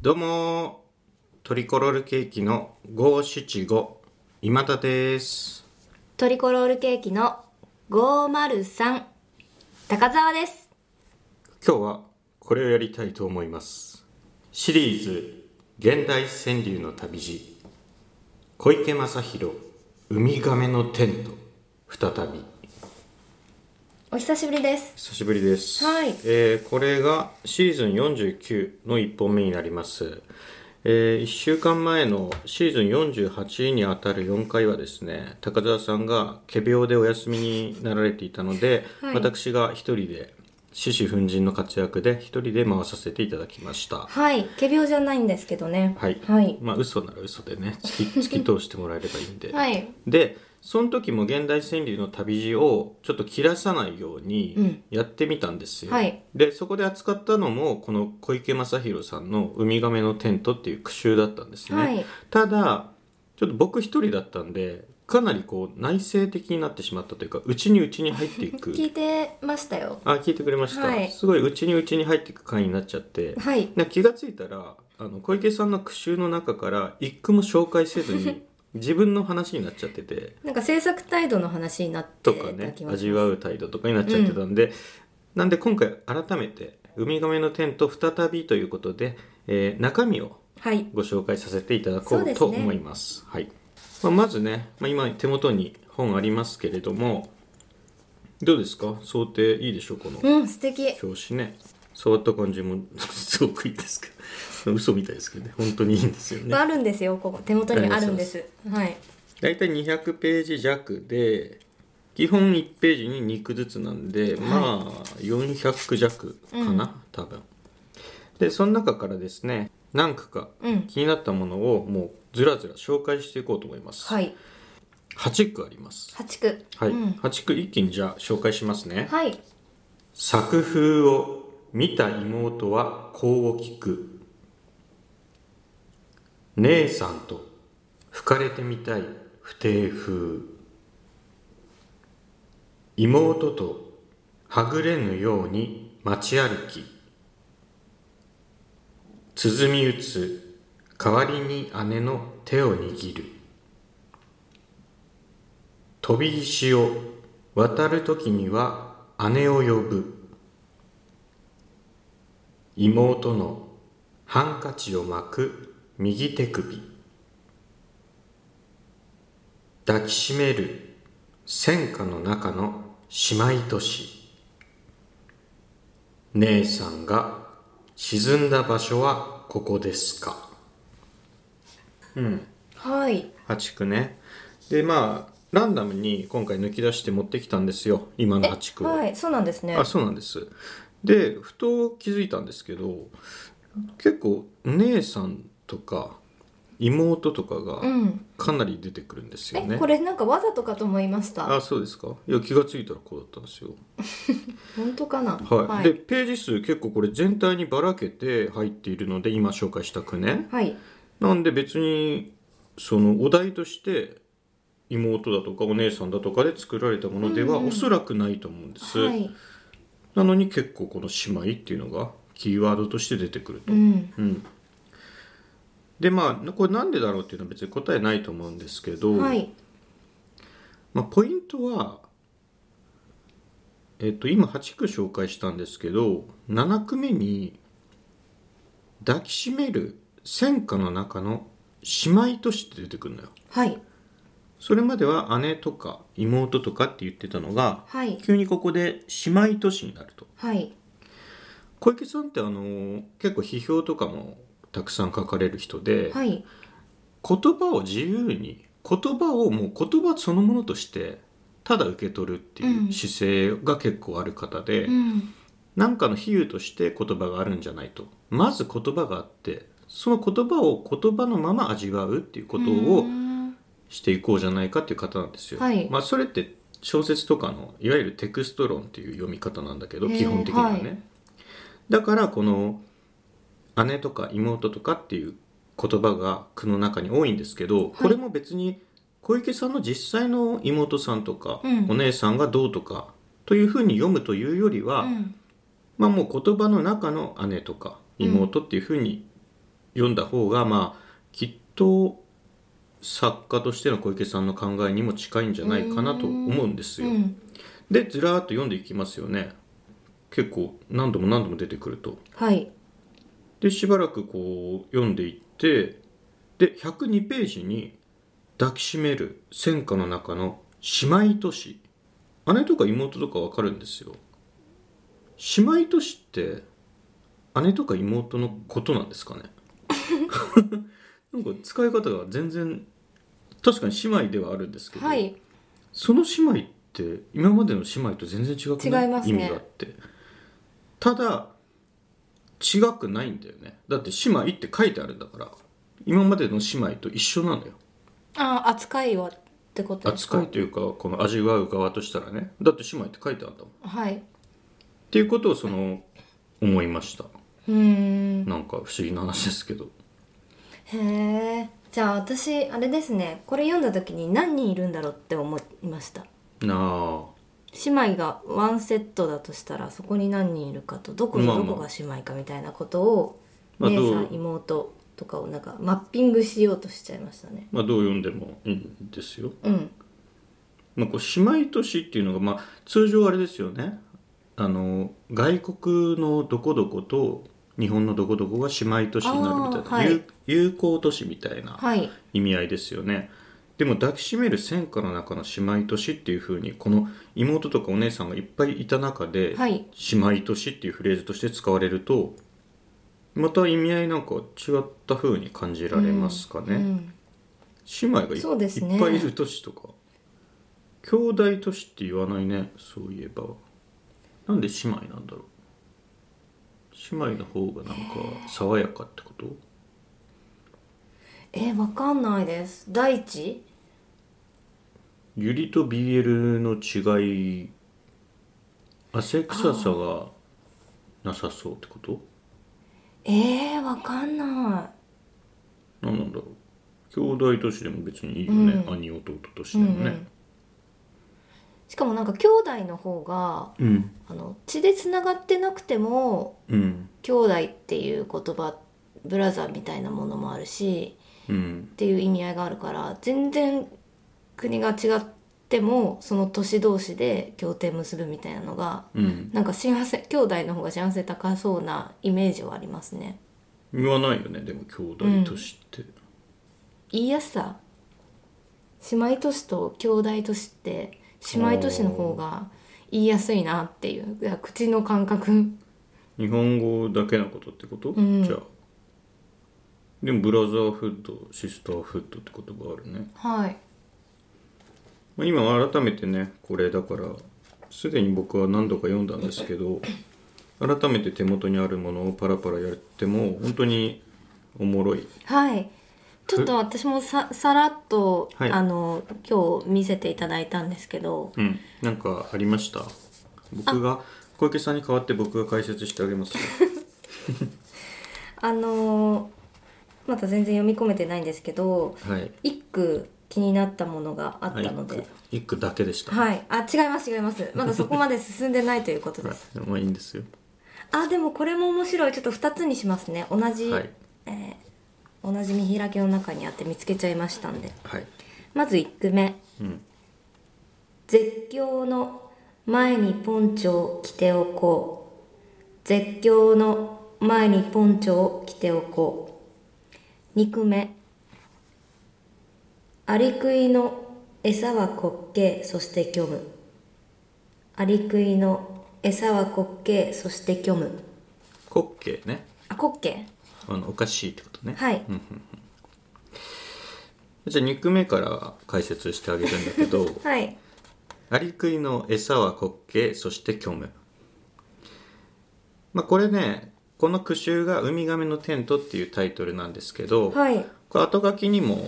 どうもトリコロールケーキの575今田ですトリコロールケーキの503高澤です今日はこれをやりたいと思いますシリーズ「現代川柳の旅路」小池正弘「ウミガメのテント」再びお久しぶりです久しぶりです、はいえーこれがシーズン49の1本目になります、え1週間前のシーズン48にあたる4回はですね高澤さんが仮病でお休みになられていたので、はい私が一人で獅子奮陣の活躍で一人で回させていただきましたはい仮病じゃないんですけどねはい、はい、まあ嘘なら嘘でね突き突き通してもらえればいい んで、はいでその時も現代川柳の旅路をちょっと切らさないようにやってみたんですよ、はいでそこで扱ったのもこの小池正弘さんの「ウミガメのテント」っていう句集だったんですね、はいただちょっと僕一人だったんでかなりこう内省的になってしまったというか内に内に入っていく 聞いてましたよあ聞いてくれました、はいすごい内に内に入っていく回になっちゃってはいな気がついたらあの小池さんの句集の中から一句も紹介せず に自分の話になっちゃっててなんか制作態度の話になってとたかね気がし味まわすう態度とかになっちゃってたんで、なんで今回改めて「ウミガメのテント再び」ということで、えー中身をはいご紹介させていただこそううですとね思いますはいまあ、まずね、まあ、今手元に本ありますけれどもどうですか想定いいでしょうこのうん素敵表紙ね触った感じも すごくいいですけど嘘みたいですけどね本当にいいんですよねあるんですよここ手元にあるんですはい大体200ページ弱で基本1ページに2句ずつなんで、まあ400弱かな、多分でその中からですね何句かうん気になったものをもうずらずら紹介していこうと思います、はい8句あります八区はい、うん8句一気にじゃあ紹介しますね、はい作風を見た妹はこう聞く姉さんと吹かれてみたい不定風妹とはぐれぬように街歩き鼓打つ代わりに姉の手を握る飛び石を渡る時には姉を呼ぶ妹のハンカチを巻く右手首抱きしめる戦火の中の姉妹都市姉さんが沈んだ場所はここですかはい8区ねでまあランダムに今回抜き出して持ってきたんですよ今の8区を、はいそうなんですねあそうなんですでふと気づいたんですけど結構姉さんとか妹とかうがんかなり出てくるんですよね、えこれなんかわざとかと思いましたあそうですかいや気がついたらこうだったんですよ本当かはない、はでい、ページ数結構これ全体にばらけて入っているので今紹介した句ねはいなんで別にそのお題として妹だとかお姉さんだとかで作られたものではおそらくないと思うんです、はいなのに結構この姉妹っていうのがキーワードとして出てくると、うんうんでまあこれなんでだろうっていうのは別に答えないと思うんですけど、はいまあ、ポイントは、えっと、今8句紹介したんですけど7句目に「抱きしめる戦火の中の姉妹として出てくるのよ。はいそれまでは姉とか妹とかって言ってたのがはい急にここで姉妹都市になるとはい小池さんってあのー結構批評とかもたくさん書かれる人で、はい言葉を自由に言葉をもう言葉そのものとしてただ受け取るっていう姿勢が結構ある方で、うんなんかの比喩として言葉があるんじゃないとまず言葉があってその言葉を言葉のまま味わうっていうことうをんしていこうじゃないかっていう方なんですよ。はいまあ、それって小説とかのいわゆるテクスト論っていう読み方なんだけどへー基本的にはね、はだからこの姉とか妹とかっていう言葉が句の中に多いんですけど、これも別に小池さんの実際の妹さんとか、うんお姉さんがどうとかというふうに読むというよりは、うんまあもう言葉の中の姉とか妹っていうふうに読んだ方が、まあ、きっと作家としての小池さんの考えにも近いんじゃないかなと思うんですよ。うんでずらーっと読んでいきますよね結構何度も何度も出てくるとはいでしばらくこう読んでいってで102ページに「抱きしめる戦火の中の姉妹都市」姉とか妹とかわかるんですよ姉妹都市って姉とか妹のことなんですかねなんか使い方が全然確かに姉妹ではあるんですけど、はいその姉妹って今までの姉妹と全然違くない違いますね意味があってただ違くないんだよねだって姉妹って書いてあるんだから今までの姉妹と一緒なんだよあー扱いはってことですか扱いというかこの味わう側としたらねだって姉妹って書いてあるんだもんっはいていうことをその思いましたうーんなんか不思議な話ですけどへえじゃあ私あれですねこれ読んだ時に何人いるんだろうって思いましたなあ姉妹がワンセットだとしたらそこに何人いるかとどことまあまどあこが姉妹かみたいなことを、まあ姉どさうん妹とかをなんかマッピングしようとしちゃいましたねまあどう読んでもいいんですようんまあ、こう姉妹都市っていうのが、まあ、通常あれですよねあの外国のどこどこと日本のどこどこが姉妹都市になるみたいな、あーはい友友好都市みたいなはい意味合いですよねでも抱きしめる戦火の中の姉妹都市っていうふうにこの妹とかお姉さんがいっぱいいた中で、はい姉妹都市っていうフレーズとして使われるとまた意味合いなんか違ったふうに感じられますかね、うん姉妹がい,、そうですねいっぱいいる都市とか兄弟都市って言わないねそういえばなんで姉妹なんだろう姉妹の方がなんか爽やかってことえーわかんないです大地ゆりと BL の違い汗臭さがなさそうってことえー、わかんな何なんだろう兄弟都市でも別にいいよね、うん兄弟としてもねいしかもなんか兄弟の方がうんあの血でつながってなくてもうん兄弟っていう言葉ブラザーみたいなものもあるしうんっていう意味合いがあるから全然国が違ってもその都市同士で協定結ぶみたいなのがうんなんか幸せ兄弟の方が幸せ高そうなイメージはありますね言わないよねでも兄弟都市って、言いやすさ姉妹都市と兄弟都市って姉妹都市の方が言いやすいなっていういや口の感覚日本語だけのことってこと、んじゃあでもブラザーフッドシスターフッドって言葉あるね、はいまあ、今改めてねこれだからすでに僕は何度か読んだんですけど改めて手元にあるものをパラパラやっても本当におもろいはいちょっと私もささらっと、はいあの今日見せていただいたんですけどうんなんかありました僕が小池さんに代わって僕が解説してあげ ますよあのーまだ全然読み込めてないんですけどはい一句気になったものがあっはいたので、一句だけでしたはい、あ違います違いますまだそこまで進んでないということはい ですまあいいんですよあでもこれも面白いちょっと2つにしますね同じ、はいえー同じ見開きの中にあって見つけちゃいましたんではいまず1句目うん「絶叫の前にポンチョを着ておこう」「絶叫の前にポンチョを着ておこう」2句目「アリクイの餌は滑稽そして虚無」「アリクイの餌は滑稽そして虚無滑稽ね」あ滑稽あのおかしいってことねはい、じゃあ2句目から解説してあげるんだけど はいアリクイの餌は滑稽そして虚無まあこれねこの句集が「ウミガメのテント」っていうタイトルなんですけど、はいこれ後書きにも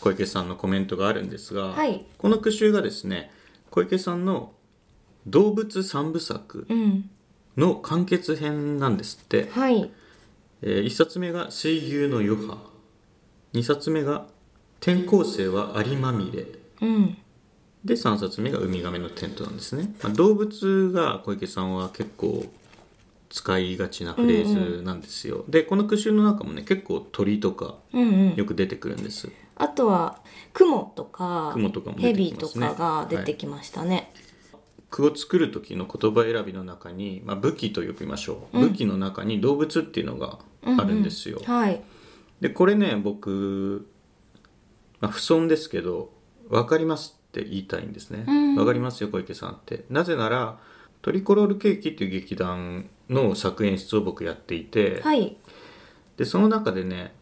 小池さんのコメントがあるんですが、はいこの句集がですね小池さんの「動物三部作うん」の完結編なんですって、はいえ1冊目が「水牛の余波」2冊目が「転校生はアリまみれ」うんで3冊目が「ウミガメのテント」なんですね、まあ動物が小池さんは結構好使いがちなフレーズなんですよ、でこの句集の中もね結構鳥とかうんうんよく出てくるんです、あとは雲とか雲とかも出ヘてきビまとすねかが出てきましたね、句を作る時の言葉選びの中に、まあ、武器と呼びましょう、武器の中に動物っていうのがあるんですよ、はいでこれね僕、まあ、不損ですけど「分かります」って言いたいんですね「うん分かりますよ小池さん」ってなぜなら「トリコロールケーキ」っていう劇団の作演出を僕やっていて、はいでその中でね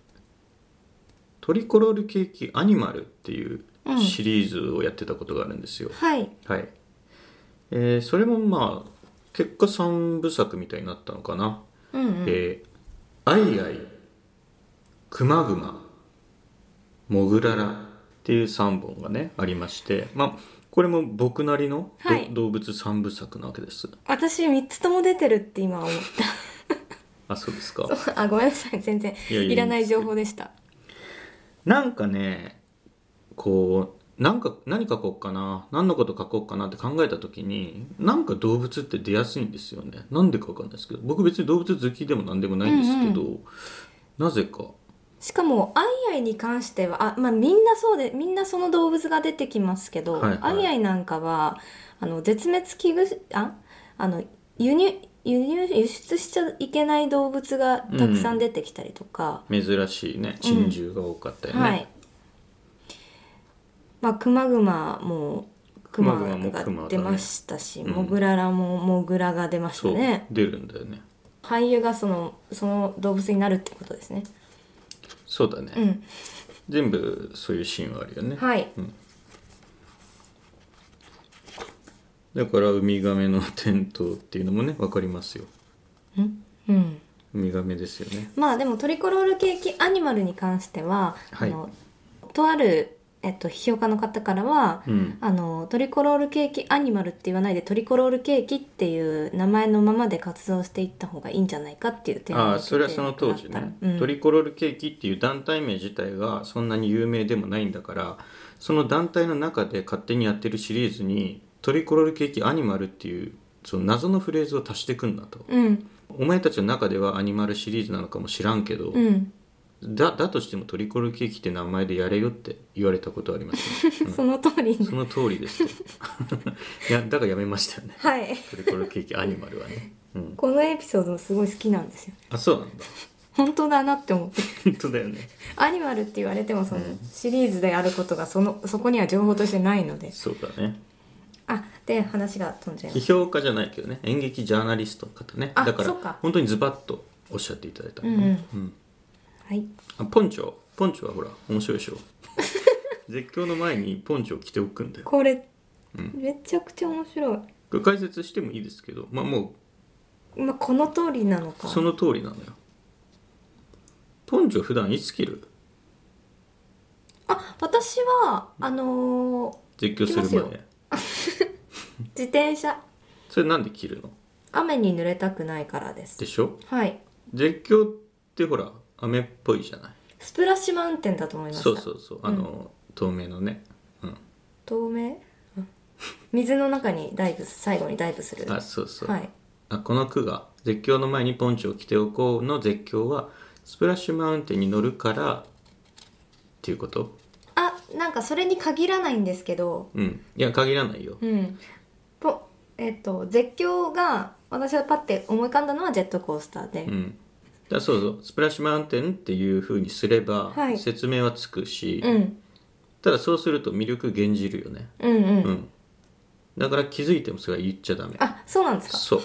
「トリコロールケーキアニマル」っていううんシリーズをやってたことがあるんですよ、はいはい、えーそれもまあ結果3部作みたいになったのかなうんうんえーアイアイ、クマグマ、モグララっていう3本がね、ありまして、まあ、これも僕なりのど、はい動物3部作なわけです。私3つとも出てるって今思っあ、そうですか。た あごめんなさい全然いやいやいらない情報でしたなんかね、こう、なんか、何書こうかな、何のこと書こうかなって考えた時に、なんか動物って出やすいんですよね。なんでかわかんないですけど、僕別に動物好きでも何でもないんですけど、なぜか。しかもアイアイに関してはあ、まあ、みんなそうでみんなその動物が出てきますけど、はいはいアイアイなんかはあの絶滅危惧ああの輸入輸入輸出しちゃいけない動物がたくさん出てきたりとか、珍しいね珍獣が多かったよね、はい、まあ、クマグマもクマ熊熊も熊だねが出ましたし、うんモグララもモグラが出ましたそう、ね出るんだよね俳優がそのその動物になるってことですねそうだね、うん全部そういうシーンはあるよね、はいだからウミガメのテントっていうのもね分かりますようんウミガメですよねまあでもトリコロールケーキアニマルに関しては、はいあのとある、えっと、批評家の方からは、うんあのトリコロールケーキアニマルって言わないでトリコロールケーキっていう名前のままで活動していった方がいいんじゃないかっていう提案をああ受けてそれはその当時ね、うんトリコロールケーキっていう団体名自体がそんなに有名でもないんだからその団体の中で勝手にやってるシリーズにトリコロールケーキアニマルっていうその謎のフレーズを足してくんだと、うんお前たちの中ではアニマルシリーズなのかも知らんけど、うん、だだとしてもトリコロールケーキって名前でやれよって言われたことあります ねその通りにその通りですよいやだからやめましたよねはいトリコロールケーキアニマルはね、うん、このエピソードもすごい好きなんですよあそうなんだ本当だなって思って本当だよねアニマルって言われてもそのシリーズであることがそのそこには情報としてないのでそうだねあで話が飛んじゃいま批し評家じゃないけどね演劇ジャーナリストの方ねあだかそらうか本当にズバッとおっしゃっていただいたた、うのんね、うんうんはいあポンチョポンチョはほら面白い でしょ絶叫の前にポンチョを着ておくんだよこれ、うんめちゃくちゃ面白これ解説してもいいですけどまあもうい、まあ、この通りなのかその通りなのよポンチョ普段いつ着るあ私はあのー絶叫する着ます前自転車それなんで着るの雨に濡れたくないからですでしょはい絶叫ってほら雨っぽいじゃないスプラッシュマウンテンだと思いましたそうそうそうあの、透明のね、うん、透明あ水の中にダイブ最後にダイブするあそうそう、はいあこの句が「絶叫の前にポンチョを着ておこう」の絶叫はスプラッシュマウンテンに乗るからっていうことあなんかそれに限らないんですけどうんいや限らないよ、うんぽえっと絶叫が私はパッて思い浮かんだのはジェットコースターで、うん、だそうそうスプラッシュマウンテンっていうふうにすれば、はい説明はつくし、うん、ただそうすると魅力減じるよねうんうんうんだから気づいてもそれは言っちゃダメあそうなんですかそう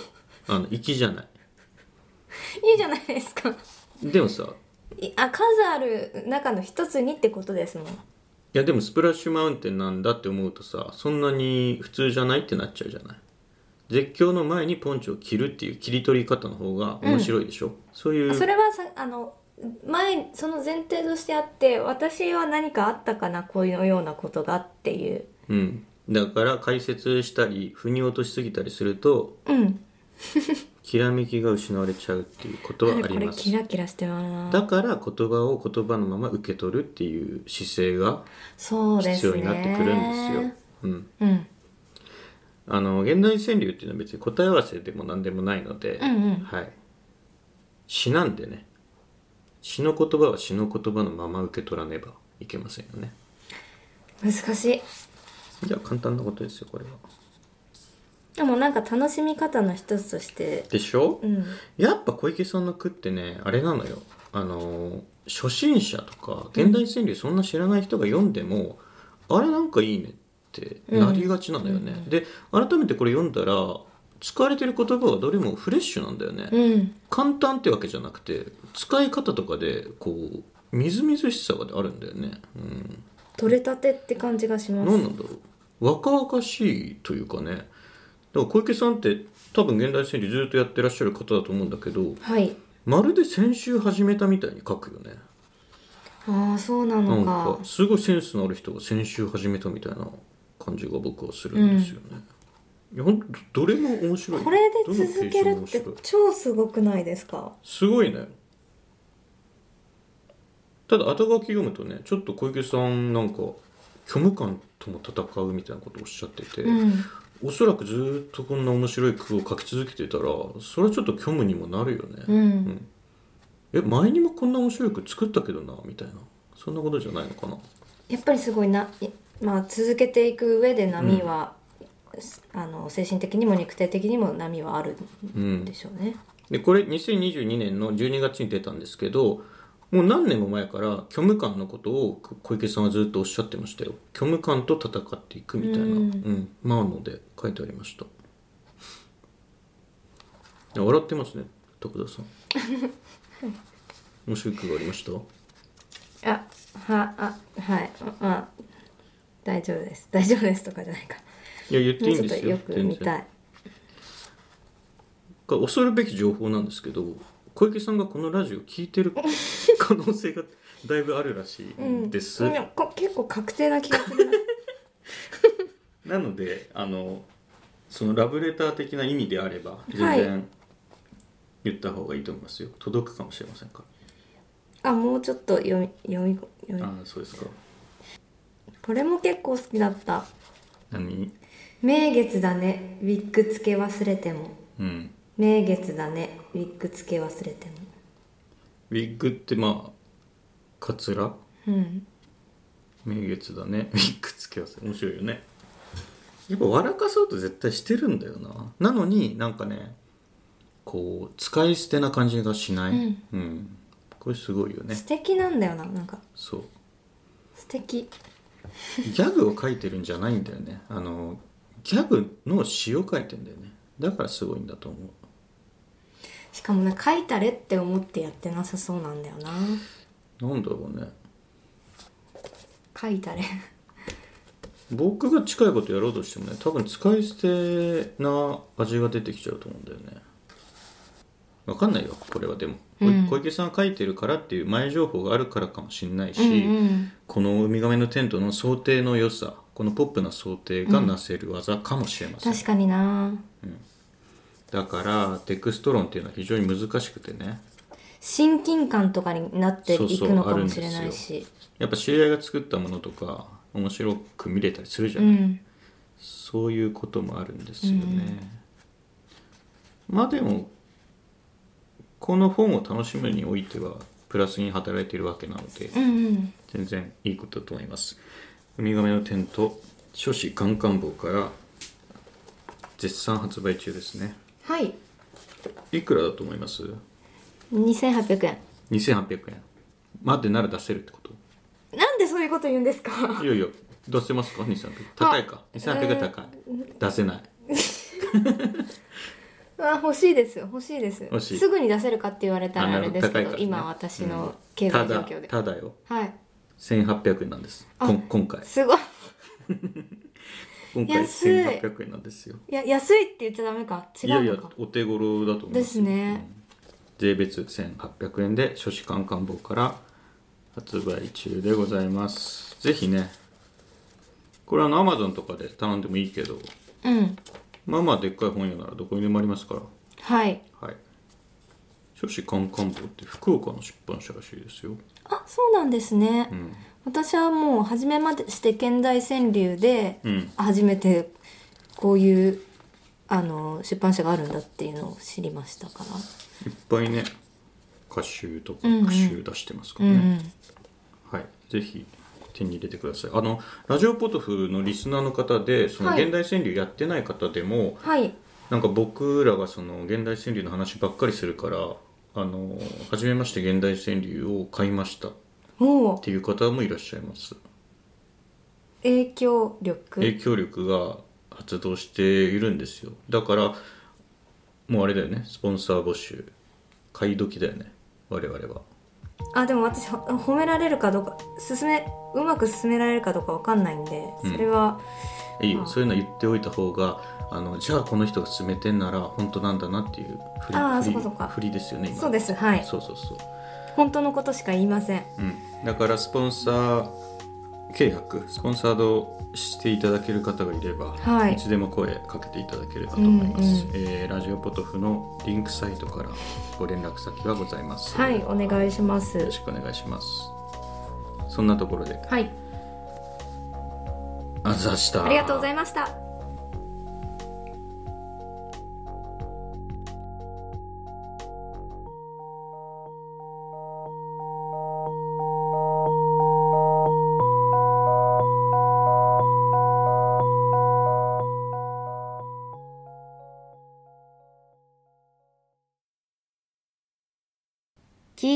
あの粋じゃないいいじゃないですかでもさいあ数ある中の一つにってことですもんいやでもスプラッシュマウンテンなんだって思うとさそんなに普通じゃないってなっちゃうじゃない絶叫の前にポンチを切るっていう切り取り方の方が面白いでしょ、そういあそうれはさあの前その前提としてあって私は何かあったかなこういうようなことがっていううんだから解説したり腑に落としすぎたりするとうんきらめきが失われちゃうっていうことはあこりれますキラキラしてますだから言葉を言葉のまま受け取るっていう姿勢がそうです必ね要になってくるんですよ。うん、うんあの現代川柳っていうのは別に答え合わせでも何でもないので、うんうんはい、詩なんでね詩の言葉は詩の言葉のまま受け取らねばいけませんよね難しいじゃあ簡単なことですよこれはでもなんか楽しみ方の一つとしてでしょ、うんやっぱ小池さんの句ってねあれなのよあの初心者とか現代川柳そんな知らない人が読んでも、あれなんかいいねってなりがちなのよね、で改めてこれ読んだら使われてる言葉がどれもフレッシュなんだよね、うん簡単ってわけじゃなくて使い方とかでこうみずみずしさがあるんだよね、うん、取れたてって感じがします何なんだろう若々しいというかねだから小池さんって多分現代川柳ずっとやってらっしゃる方だと思うんだけどはいまるで先週始めたみたいに書くよねああそうななのんかかすごいセンスのある人が先週始めたみたいな感じが僕はするんですよね、いやほんとどれも面白いこれで続けどるのっ形て式も面白い超すごくないですかすごいねただ後書き読むとねちょっと小池さんなんか虚無感とも戦うみたいなことをおっしゃってて、うんおそらくずーっとこんな面白い句を書き続けてたらそれはちょっと虚無にもなるよね、うん、え前にもこんな面白い句作ったけどなみたいなそんなことじゃないのかなやっぱりすごいな、いまあ、続けていく上で波は、あの精神的にも肉体的にも波はあるうんんでしょうね、でこれ2022年の12月に出たんですけどもう何年も前から虚無感のことをこ小池さんはずっとおっしゃってましたよ虚無感と戦っていくみたいな、ううんんまあので書いてありましたいや笑ってますね徳 田さん面白い句がありましたあはあはいまあ大丈夫です大丈夫ですとかじゃないかいや言っていもういんでちょっとすよよく見全然たいこれ恐るべき情報なんですけど小池さんがこのラジオ聞い てる可能性がだいぶあるらしいんです、うんこ結構確定な気がする ななのであのそのラブレター的な意味であれば全は然言った方がいいと思いますよ、届くかもしれませんかあもうちょっと読み読み読みら、ああそうですかこれも結構好きだった何名月だねウィッグつけ忘れてもうん名月だねウィッグつけ忘れてもウィッグってまあカツラうん名月だね ウィッグつけます面白いよねやっぱ笑かそうと絶対してるんだよななのになんかねこう使い捨てな感じがしない、うんうん、これすごいよね素敵なんだよななんかそう素敵ギャグを書いてるんじゃないんだよねあのギャグの詩を書いてんだよねだからすごいんだと思うしかもね書いたれって思ってやってなさそうなんだよななんだろうね書いたれ僕が近いことやろうとしてもね多分使い捨てな味が出てきちゃうと思うんだよねわかんないよこれはでも、うん小池さんが書いてるからっていう前情報があるからかもしんないし、うんこのウミガメのテントの想定の良さこのポップな想定がなせる技かもしれません、確かになだからテクスト論っていうのは非常に難しくてね親近感とかになっていくのかもしれないしやっぱ知り合いが作ったものとか面白く見れたりするじゃうない、んそういうこともあるんですよね、まあでもこの本を楽しむにおいてはプラスに働いているわけなのでうんうん全然いいことだと思いますウミガメのテント書士カンカン坊から絶賛発売中ですねはいいくらだと思います2800円2800円までなら出せるってことなんでそういうこと言うんですかいやいや出せますか2300高いか2300円高い、出せないあ欲しいですよ欲しいです欲しいすぐに出せるかって言われたらあれですけどあなるほど高いからね今私の経済状況で、ただただよはい1800円なんですこん今回すごい今回安い1800円なんですよいや安いって言っちゃダメか違いやういのやかお手頃だと思いますですねうん税別1800円で書士官官房から発売中でございますぜひねこれあの Amazon とかで頼んでもいいけどうんまあまあでっかい本屋ならどこにでもありますからはいはい書士官官房って福岡の出版社らしいですよあそうなんですね、ん私はもう初めまでして現代川柳でうん初めてこういうあの出版社があるんだっていうのを知りましたからいっぱいね歌集とか句集出してますからね、はいぜひ手に入れてくださいあのラジオポトフのリスナーの方でそのはい現代川柳やってない方でも、はいなんか僕らがその現代川柳の話ばっかりするからあの初めまして現代川柳を買いましたっおおていう方もいらっしゃいます影響力影響力が発動しているんですよだからもうあれだよねスポンサー募集買い時だよね我々はあでも私ほ褒められるかどうか進めうまく進められるかどうかわかんないんでうんそれは、いいあよあそういうの言っておいた方があのじゃあこの人が進めてんなら本当なんだなっていう振りああ振りそうかそうか振りですよね今そうですはいそうそうそう本当のことしか言いませんうん、だからスポンサー契約スポンサードしていただける方がいれば、はいつでも声かけていただければと思います、うんうんえーラジオポトフのリンクサイトからご連絡先はございますはいお願いしまよすろしくお願いしますそんなところではいあざしたありがとうございました聞